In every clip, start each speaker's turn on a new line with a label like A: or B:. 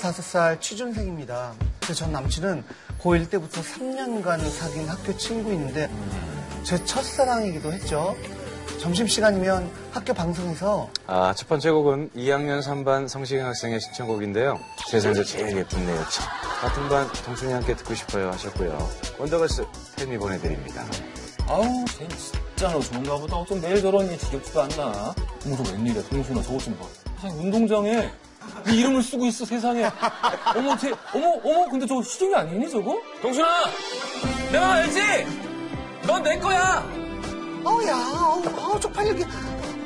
A: 25살 취준생입니다. 근데 전 남친은 고1 때부터 3년간 사귄 학교 친구인데 제 첫사랑이기도 했죠. 점심시간이면 학교 방송에서
B: 아, 첫 번째 곡은 2학년 3반 성시경 학생의 신청곡인데요. 세상에서 제일 예쁜 내 여친. 같은 반 동춘이 함께 듣고 싶어요 하셨고요. 원더걸스 팬이 보내드립니다.
C: 아우, 쟤 진짜로 좋은가 보다. 어쩜 매일 저러니 지겹지도 않나. 어머, 저 웬일이야. 동순아, 저것 좀 봐. 세상에, 운동장에 네 이름을 쓰고 있어, 세상에. 어머, 쟤, 어머, 어머, 근데 저거 시종이 아니니, 저거? 동순아! 내가 알지? 넌 내 거야!
A: 어우야, 어우, 어우, 쪽팔리게.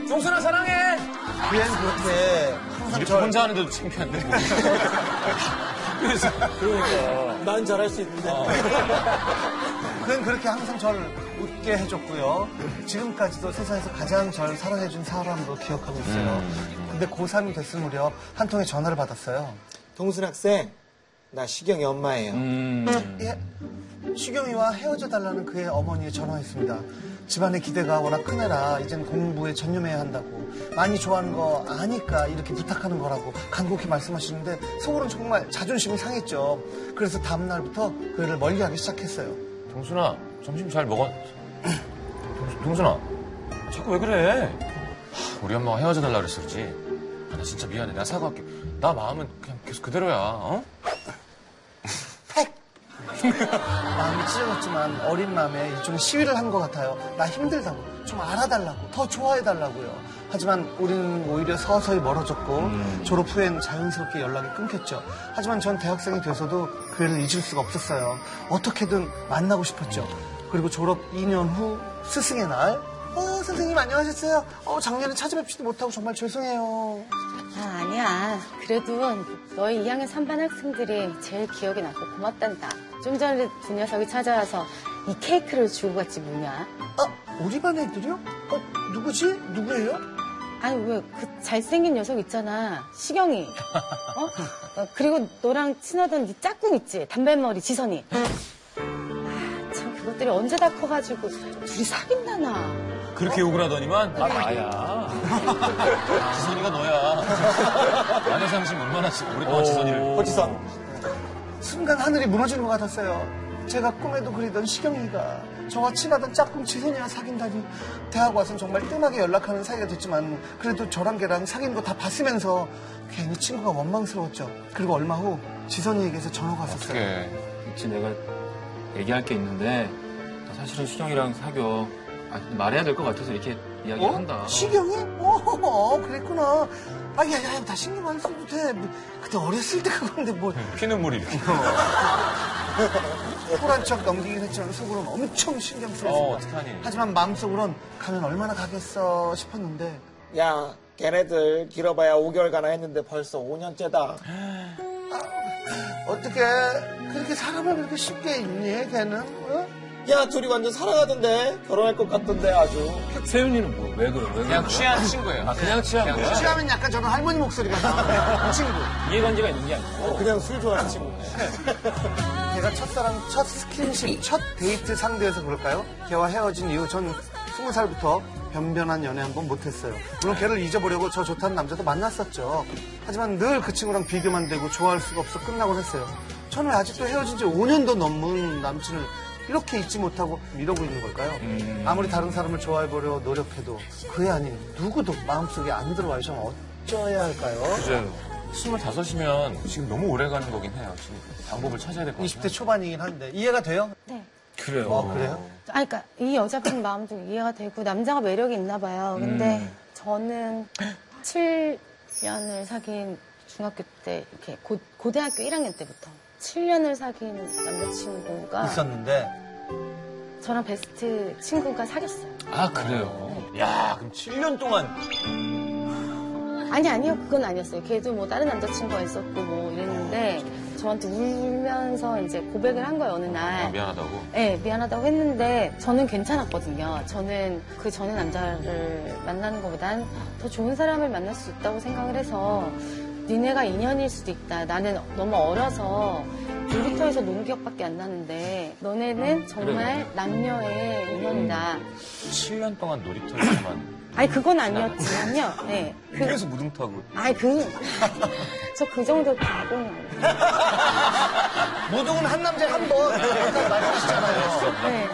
C: 동순아, 사랑해!
A: 얘는 그렇게 항상
C: 이렇게 혼자 하는데도 창피한데. 그래서 그러니까 난 잘할 수 있는데.
A: 그는 그렇게 항상 저를 웃게 해줬고요. 지금까지도 세상에서 가장 저를 사랑해준 사람으로 기억하고 있어요. 근데 고3이 됐을 무렵 한 통의 전화를 받았어요.
D: 동순 학생, 나 시경이 엄마예요.
A: 예. 수경이와 헤어져 달라는 그의 어머니의 전화였습니다. 집안의 기대가 워낙 크느라 이젠 공부에 전념해야 한다고 많이 좋아하는 거 아니까 이렇게 부탁하는 거라고 간곡히 말씀하시는데 속으로는 정말 자존심이 상했죠. 그래서 다음날부터 그 애를 멀리하기 시작했어요.
C: 동순아 점심 잘 먹었. 동순, 아 자꾸 왜 그래? 하, 우리 엄마가 헤어져 달라 그랬었지. 아, 나 진짜 미안해. 나 사과할게. 나 마음은 그냥 계속 그대로야. 어?
A: 마음이 찢어졌지만 어린 마음에 일종의 시위를 한 것 같아요. 나 힘들다고, 좀 알아달라고, 더 좋아해달라고요. 하지만 우리는 오히려 서서히 멀어졌고 졸업 후엔 자연스럽게 연락이 끊겼죠. 하지만 전 대학생이 돼서도 그 애를 잊을 수가 없었어요. 어떻게든 만나고 싶었죠. 그리고 졸업 2년 후 스승의 날 어, 선생님 안녕하셨어요. 어, 작년에 찾아뵙지도 못하고 정말 죄송해요.
E: 아, 아니야. 그래도 너희 2학년 3반 학생들이 제일 기억에 남고 고맙단다. 좀 전에 두 녀석이 찾아와서 이 케이크를 주고 갔지 뭐냐.
A: 아, 우리 반 애들이요? 어, 누구지? 누구예요?
E: 아니 왜 그 잘생긴 녀석 있잖아. 시경이. 어? 어, 그리고 너랑 친하던 네 짝꿍 있지. 담배머리 지선이. 아, 참 그것들이 언제 다 커가지고 둘이 사귄다나.
C: 그렇게 욕을 하더니만 아 나야. 지선이가 너야. 아내 상심 얼마나 지-
F: 어,
C: 오랫동안 지선이를.
D: 허지선.
A: 순간 하늘이 무너지는 것 같았어요. 제가 꿈에도 그리던 시경이가 저와 친하던 짝꿍 지선이와 사귄다니 대학 와선 정말 뜸하게 연락하는 사이가 됐지만 그래도 저랑 걔랑 사귄 거 다 봤으면서 괜히 친구가 원망스러웠죠. 그리고 얼마 후 지선이에게서 전화가 왔었어요.
C: 어떻게?
F: 있지 내가 얘기할 게 있는데 나 사실은 수정이랑 사겨 아, 말해야 될 것 같아서 이렇게
A: 어?
F: 이야기한다
A: 시경이? 어, 그랬구나. 아, 야, 야, 나 신경 안 써도 돼. 뭐, 그때 어렸을 때 그건데 뭐,
C: 네, 피눈물이 이렇게.
A: 호란 척 넘기긴 했지만 속으로는 엄청 신경
C: 어
A: 쓰였습니다.
C: 어떡하니?
A: 하지만 마음속으론 가면 얼마나 가겠어 싶었는데
D: 야, 걔네들 길어봐야 5개월가나 했는데 벌써 5년째다.
A: 어떻게 그렇게 사람을 그렇게 쉽게 잊니 걔는? 어?
D: 야, 둘이 완전 사랑하던데? 결혼할 것 같던데, 아주.
F: 세윤이는 뭐 왜 그래 왜 그래
C: 그냥 취한 친구예요.
F: 아 그냥 취한 거야?
A: 취하면 약간 저런 할머니 목소리가 나. 그 친구.
F: 이해관계가 있는 게 아니고
D: 그냥 술 좋아하는 친구네.
A: 걔가 첫사랑, 첫 스킨십, 첫 데이트 상대에서 그럴까요? 걔와 헤어진 이후 전 스무 살부터 변변한 연애 한 번 못했어요. 물론 걔를 잊어보려고 저 좋다는 남자도 만났었죠. 하지만 늘 그 친구랑 비교만 되고 좋아할 수가 없어 끝나곤 했어요. 저는 아직도 헤어진 지 5년도 넘은 남친을 이렇게 잊지 못하고 이러고 있는 걸까요? 아무리 다른 사람을 좋아해보려 노력해도 그의 아닌 누구도 마음속에 안 들어와요. 저는 어쩌야 할까요?
C: 이제 25이면 지금 너무 오래 가는 거긴 해요. 지금 방법을 찾아야 될 것 같아요.
A: 20대 초반이긴 한데 이해가 돼요?
E: 네.
C: 그래요.
A: 어, 그래요?
E: 아니, 그러니까 이 여자분 마음도 이해가 되고 남자가 매력이 있나 봐요.
C: 음.
E: 근데 저는 7년을 사귄 중학교 때 이렇게 고, 고등학교 1학년 때부터 7년을 사귄 남자친구가
A: 있었는데
E: 저랑 베스트 친구가 사귀었어요.
C: 아, 그래요? 야, 그럼 7년 동안.
E: 아니 아니요 그건 아니었어요. 걔도 뭐 다른 남자친구가 있었고 뭐 이랬는데 저한테 울면서 이제 고백을 한 거예요 어느 날.
C: 아, 미안하다고.
E: 네, 미안하다고 했는데 저는 괜찮았거든요. 저는 그 전에 남자를 만나는 것보단 더 좋은 사람을 만날 수 있다고 생각을 해서 니네가 인연일 수도 있다. 나는 너무 어려서 놀이터에서 논 기억밖에 안 나는데
C: 음,
E: 너네는 정말 남녀의 인연이다.
C: 7년 동안 놀이터에서만
E: 아니 그건 아니었지만요. 네. 그,
G: 그래서 무등 타고.
E: 아니 그 그저 그 정도 바보는 아니에요.
D: 무등은 한 남자에 한 번. 아까 말씀하셨잖아요.
E: 네.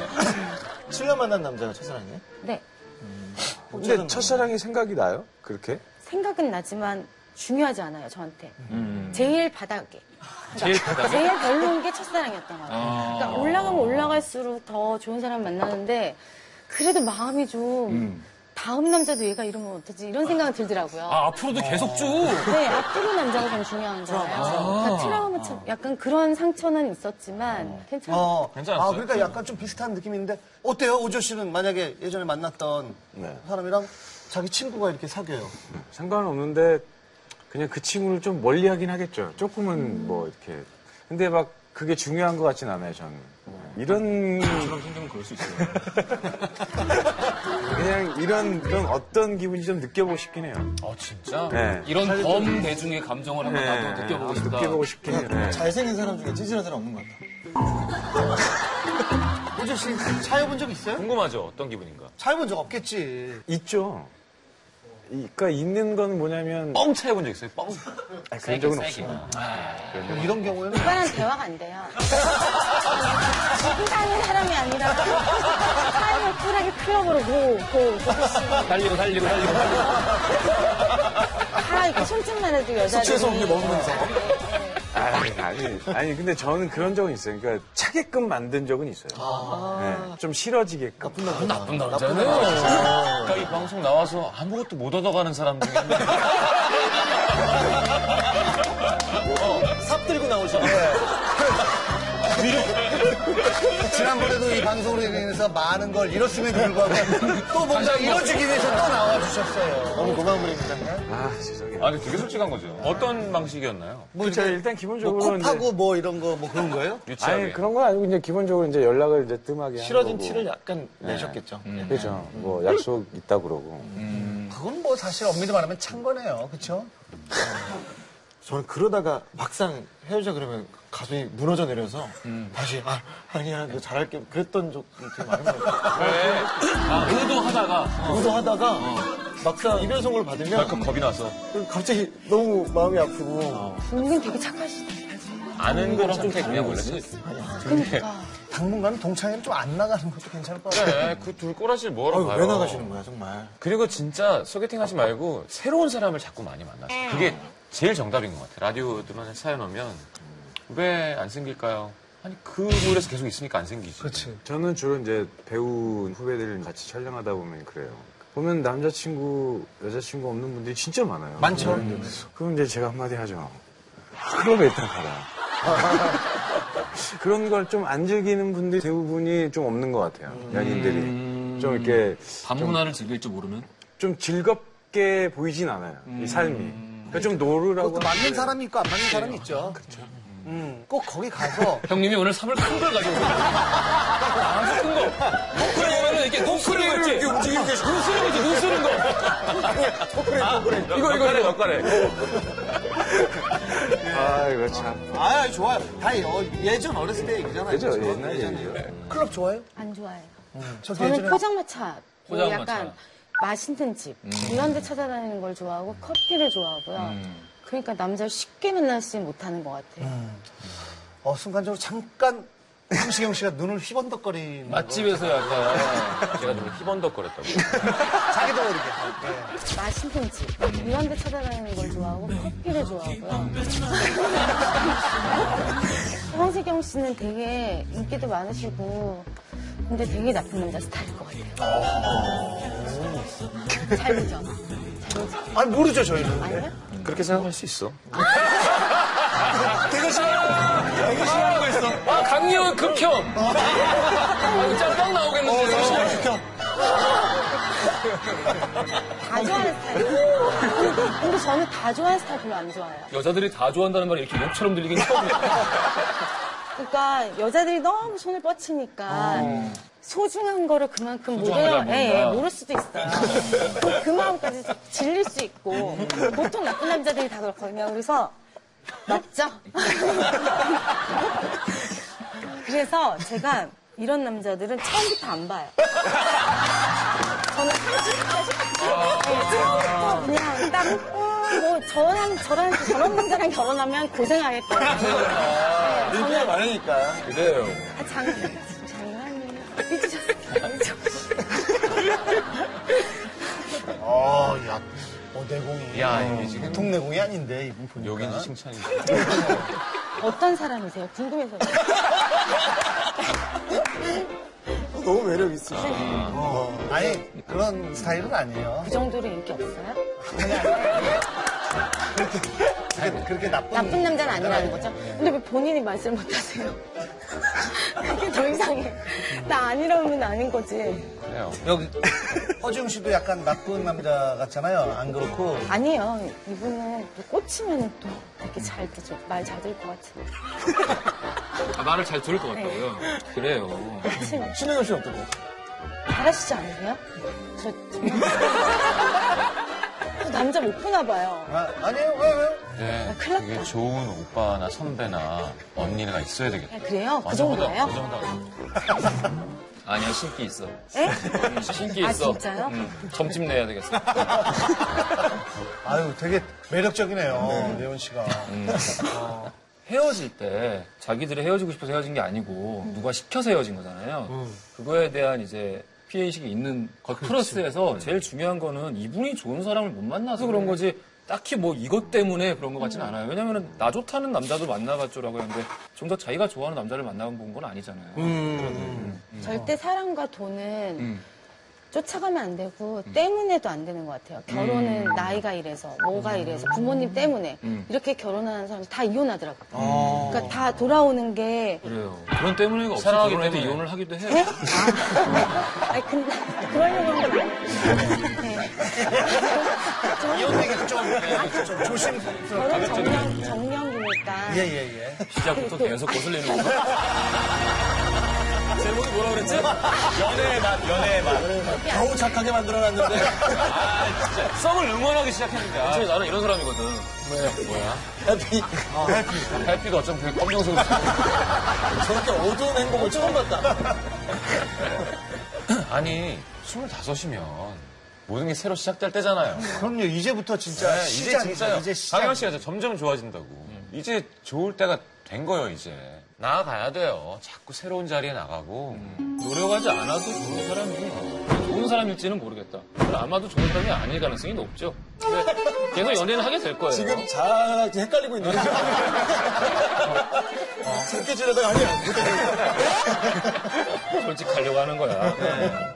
D: 7년 만난 남자가 첫사랑이에요?
E: 네.
B: 근데 첫사랑이 생각이 나요? 그렇게?
E: 생각은 나지만 중요하지 않아요 저한테.
F: 음.
E: 제일 바닥에.
F: 제일 바닥에?
E: 제일 별로인 게 첫사랑이었던 것 같아요.
F: 아.
E: 그러니까 올라가면 올라갈수록 더 좋은 사람 만나는데 그래도 마음이 좀 다음 남자도 얘가 이러면 어떡하지 이런 생각은 들더라고요.
F: 아, 앞으로도 계속 쭉.
E: 네, 앞뒤로 남자가 좀 중요한 거예요.
F: 아.
E: 그러니까 트라우마 참 약간 그런 상처는 있었지만 괜찮아요.
A: 어,
F: 괜찮았어요?
A: 아, 그러니까 약간 좀 비슷한 느낌이 있는데, 어때요? 오조 씨는 만약에 예전에 만났던
B: 네.
A: 사람이랑 자기 친구가 이렇게 사귀어요.
B: 상관없는데 그냥 그 친구를 좀 멀리 하긴 하겠죠. 조금은 뭐 이렇게. 근데 막 그게 중요한 것 같진 않아요, 저는. 이런
F: 저런 생각은 그럴 수 있어요.
B: 그냥 이런 이런 어떤 기분인지 좀 느껴보고 싶긴 해요.
F: 아, 진짜?
B: 네.
F: 이런 범대중의 감정을 한번 나도
B: 네.
F: 아, 느껴보고 싶다.
B: 느껴보고 싶긴 해요. 네.
D: 잘생긴 사람 중에 찌질한 사람 없는 것 같아.
A: 오조 씨 차여본 적 있어요?
G: 궁금하죠? 어떤 기분인가?
A: 차여본 적 없겠지.
B: 있죠. 이- 그러니까 있는 건 뭐냐면
G: 뻥 차해본 적 있어요? 뻥?
B: 아니, 그런 적은
F: 세게.
B: 없어요.
A: 그럼 이런 경우에는
E: 오빠랑 대화가 안 돼요. 지금 사는 사람이 아니라 사람을 쿨하게 클럽으로 고, 고, 고고씨.
F: 달리고, 달리고, 달리고.
E: 다 아, 이렇게 손짓만 해도 여자들이. 숙취에서 온게 먹으면서.
B: 아니, 아니, 아니, 근데 저는 그런 적은 있어요. 그러니까 차게끔 만든 적은 있어요.
D: 아.
B: 네, 좀 싫어지게끔.
F: 나쁜 남자는. 그러니까 이 방송 나와서 아무것도 못 얻어가는 사람 중에 한 명.
D: 삽 들고 나오잖아요.
A: 지난번에도 이 방송으로 인해서 많은 걸 잃었음에도 불구하고 또 뭔가 이뤄지기 위해서 또 나와주셨어요. 너무 고마운 분입니다.
D: 그러니까
B: 아, 죄송해요.
G: 아, 근데 되게 솔직한 거죠. 어떤 방식이었나요?
A: 뭐
B: 제가
A: 이제
B: 일단
A: 뭐
B: 기본적으로
A: 컵하고 뭐 이런 거 뭐 그런 거예요?
B: 이제, 아니
G: 유치하게.
B: 그런 건 아니고 이제 기본적으로 이제 연락을 이제 뜸하게
D: 싫어진
B: 하는 거고.
D: 티를 약간
F: 네.
D: 내셨겠죠.
B: 그죠. 뭐 약속 있다 그러고.
A: 그건 뭐 사실 엄밀히 말하면 찬 거네요. 그쵸?
D: 저는 그러다가 막상 헤어져 그러면 가슴이 무너져 내려서 다시 아, 아니야 너 잘할게 그랬던 적이 되게 많은 것 같아요.
F: 아, 의도하다가. 어.
D: 무서하다가 막상 이별 선고를 받으면
G: 약간 겁이 나서.
D: 갑자기 너무 마음이 아프고
E: 은근 되게 착하시다.
G: 아는 거랑 좀 다르냐, 원래?
E: 그러니까.
A: 당분간은 동창회를 좀 안 나가는 것도 괜찮을 것 같아요.
G: 네, 그 둘 꼬라지를 뭐하러
D: 아유,
G: 봐요?
D: 왜 나가시는 거야 정말.
G: 그리고 진짜 소개팅 하지 말고 새로운 사람을 자꾸 많이 만나세요. 그게 제일 정답인 것 같아요. 라디오들만 사연 오면 왜 안 생길까요? 아니 그 물에서 계속 있으니까 안 생기지.
A: 그렇지.
B: 저는 주로 이제 배우 후배들 같이 촬영하다 보면 그래요. 보면 남자친구, 여자친구 없는 분들이 진짜 많아요.
A: 많죠.
B: 음. 그럼 이제 제가 한마디 하죠. 클럽에 일단 가라. 그런 걸 좀 안 즐기는 분들이 대부분이 좀 없는 것 같아요.
A: 음.
B: 연인들이. 좀 이렇게
F: 반문화를 즐길 줄 모르면?
B: 좀 즐겁게 보이진 않아요. 이 삶이. 그러니까 좀 노르라고.
A: 또 음. 네. 맞는 사람이 있고 안 맞는 사람이 있죠. 그렇죠. 음, 꼭 거기 가서
F: 형님이 오늘 삼을 큰 걸 가지고 오세요. 아, 큰 거. 노크를 보면은 이렇게 노크를 했지. 이렇게 움직이는 게. 눈 쓰는 거지, 눈 쓰는 거.
G: 아,
F: 노크래, 노크래. 이거, 이거, 이거.
B: 아, 이거 참.
A: 아 좋아요. 다 여- 예전 어렸을 때 얘기잖아요.
B: 그죠?
A: 그렇죠?
B: 옛날 얘기죠.
A: 클럽 좋아해요?
E: 안 좋아해요.
A: 저도
E: 네, 저는
A: 예전에
E: 포장마차, 음. 뭐
F: 포장마차.
E: 약간 맛있는 집 이런 데 찾아다니는 걸 좋아하고 커피를 좋아하고요. 그러니까 남자를 쉽게 만나지 못하는 것 같아요.
A: 어, 순간적으로 잠깐 성시경 씨가 눈을 휘번덕거리는
F: 맛집에서 약간.
G: 제가 좀 희번덕거렸다고.
A: 거. 자기도 모르게. 네.
E: 맛있는 집 이런 데 찾아다니는 걸 좋아하고 커피를 좋아하고요. 황세경 씨는 되게 인기도 많으시고 근데 되게 나쁜 남자 스타일일 것 같아요. 잘 보죠?
A: 아니 모르죠 저희는. 네.
E: 아니요?
B: 그렇게 생각할 수 있어.
F: 아, 강렬 극혐. 아, 이거 짬뽕 나오겠는데.
E: 다 좋아하는 스타일이에요. 근데, 근데 저는 다 좋아하는 스타일 별로 안 좋아해요.
F: 여자들이 다 좋아한다는 말이 이렇게 욕처럼 들리긴 처음이야.
E: 그러니까 여자들이 너무 손을 뻗치니까 소중한 거를 그만큼 못
F: 어. 소중한
E: 알아,
F: 거를
E: 예, 예,
F: 모른다.
E: 모를 수도 있어요. 그- 그 마음까지 질릴 수 있고 보통 나쁜 남자들이 다 그렇거든요. 그래서 맞죠? 그래서 제가 이런 남자들은 처음부터 안 봐요. 저는 30까지
F: 아.
E: 또 그냥 딱 뭐 저랑 저랑 저런 분들이랑 결혼하면 고생하겠다.
D: 인기가 많으니까.
C: 그래요.
E: 아, 장 장난이에요. 삐지셨어.
D: 아, 야, 어, 내공이.
G: 야,
D: 어,
G: 이게 지금-
D: 보통 내공이 아닌데, 이분 보니까.
G: 여긴지 칭찬이지.
E: 어떤 사람이세요? 궁금해서.
D: 너무 매력 있으시고. 어. 아니, 그런 스타일은 아니에요.
E: 그 정도로 인기 없어요?
D: 그렇게, 그렇게 나쁜.
E: 나쁜 남자는 아니라는 거죠? 근데 왜 본인이 말씀 못 하세요? 그게 더 이상해. 나 아니라면 아닌 거지.
G: 그래요.
D: 여기, 허지웅 씨도 약간 나쁜 남자 같잖아요. 안 그렇고.
E: 아니에요. 이분은 또 꽂히면 또 되게 잘 되죠. 말 잘 들 것 네. 같은.
C: 아, 말을 잘 들을 것 같다고요. 그래요.
E: 꽂히면.
D: 신혜경 씨는 어떻고?
E: 잘하시지 않으세요? 저. 저 남자 못 보나 봐요.
D: 아, 아니에요, 왜, 왜?
G: 네,
E: 큰일 났다.
G: 되게 좋은 오빠나 선배나 언니가 있어야 되겠다.
E: 아, 그래요? 그
G: 완전
E: 정도예요?
G: 허다, 그 정도.
F: 아니야, 신기 있어.
E: 에?
F: 신기
E: 아,
F: 있어.
E: 진짜요?
F: 음, 점집 내야 되겠어.
D: 아유, 되게 매력적이네요, 예원 씨가.
G: 음.
F: 헤어질 때 자기들이 헤어지고 싶어서 헤어진 게 아니고
C: 음.
F: 누가 시켜서 헤어진 거잖아요. 그거에 대한 이제 피해 의식이 있는 것
C: 그렇죠. 네.
F: 플러스에서 제일 중요한 거는 이분이 좋은 사람을 못 만나서
C: 음.
F: 그런 거지. 딱히 뭐 이것 때문에 그런 것 같진 않아요. 왜냐면은 나 좋다는 남자도 만나봤죠라고 했는데 좀 더 자기가 좋아하는 남자를 만나본 건 아니잖아요.
C: 음.
E: 절대 사랑과 돈은 쫓아가면 안 되고 때문에도 안 되는 것 같아요. 결혼은 나이가 이래서 뭐가 이래서 부모님 때문에 이렇게 결혼하는 사람 다 이혼하더라고요. 그러니까 다 돌아오는 게
F: 그래요.
C: 그런 때문에가 없어.
F: 사랑하기
C: 결혼해도
F: 때문에.
C: 이혼을 하기도 해요.
E: 네? 아, 아니 근데 그러려고 하는 거 아니에요. 네.
D: 이런 얘기 좀, 네, 좀 조심.
E: 결혼 정년 정년기니까
D: 예, 예, 예.
F: 시작부터 계속 거슬리는 거. 제목이 뭐라 그랬지? 연애의 맛, 연애의 맛.
D: 겨우 착하게 만들어놨는데.
F: 썸을 응원하기 시작했는데. 아, 사실 나는 이런 사람이거든. 아,
D: 해피. 어, 해피.
G: 달빛도 어쩜 그렇게 검정색으로.
D: 저렇게 어두운 행복을 처음 봤다.
G: 아니, 25이면 모든 게 새로 시작될 때잖아요.
A: 그럼요. 이제부터 진짜
G: 네, 이제
A: 음, 시작이죠.
G: 진짜
A: 이제
G: 강현
A: 시작. 음.
G: 씨가 진짜 점점 좋아진다고. 이제 좋을 때가 된 거예요, 이제. 나아가야 돼요. 자꾸 새로운 자리에 나가고.
A: 음.
F: 노력하지 않아도 좋은 사람이 좋은 사람일지는 모르겠다. 근데 아마도 좋은 사람이 아닐 가능성이 높죠. 근데 계속 연애는 하게 될 거예요.
D: 지금 잘 헷갈리고 있는 거죠? 새끼질하다가 아니야.
F: 솔직하려고 하는 거야.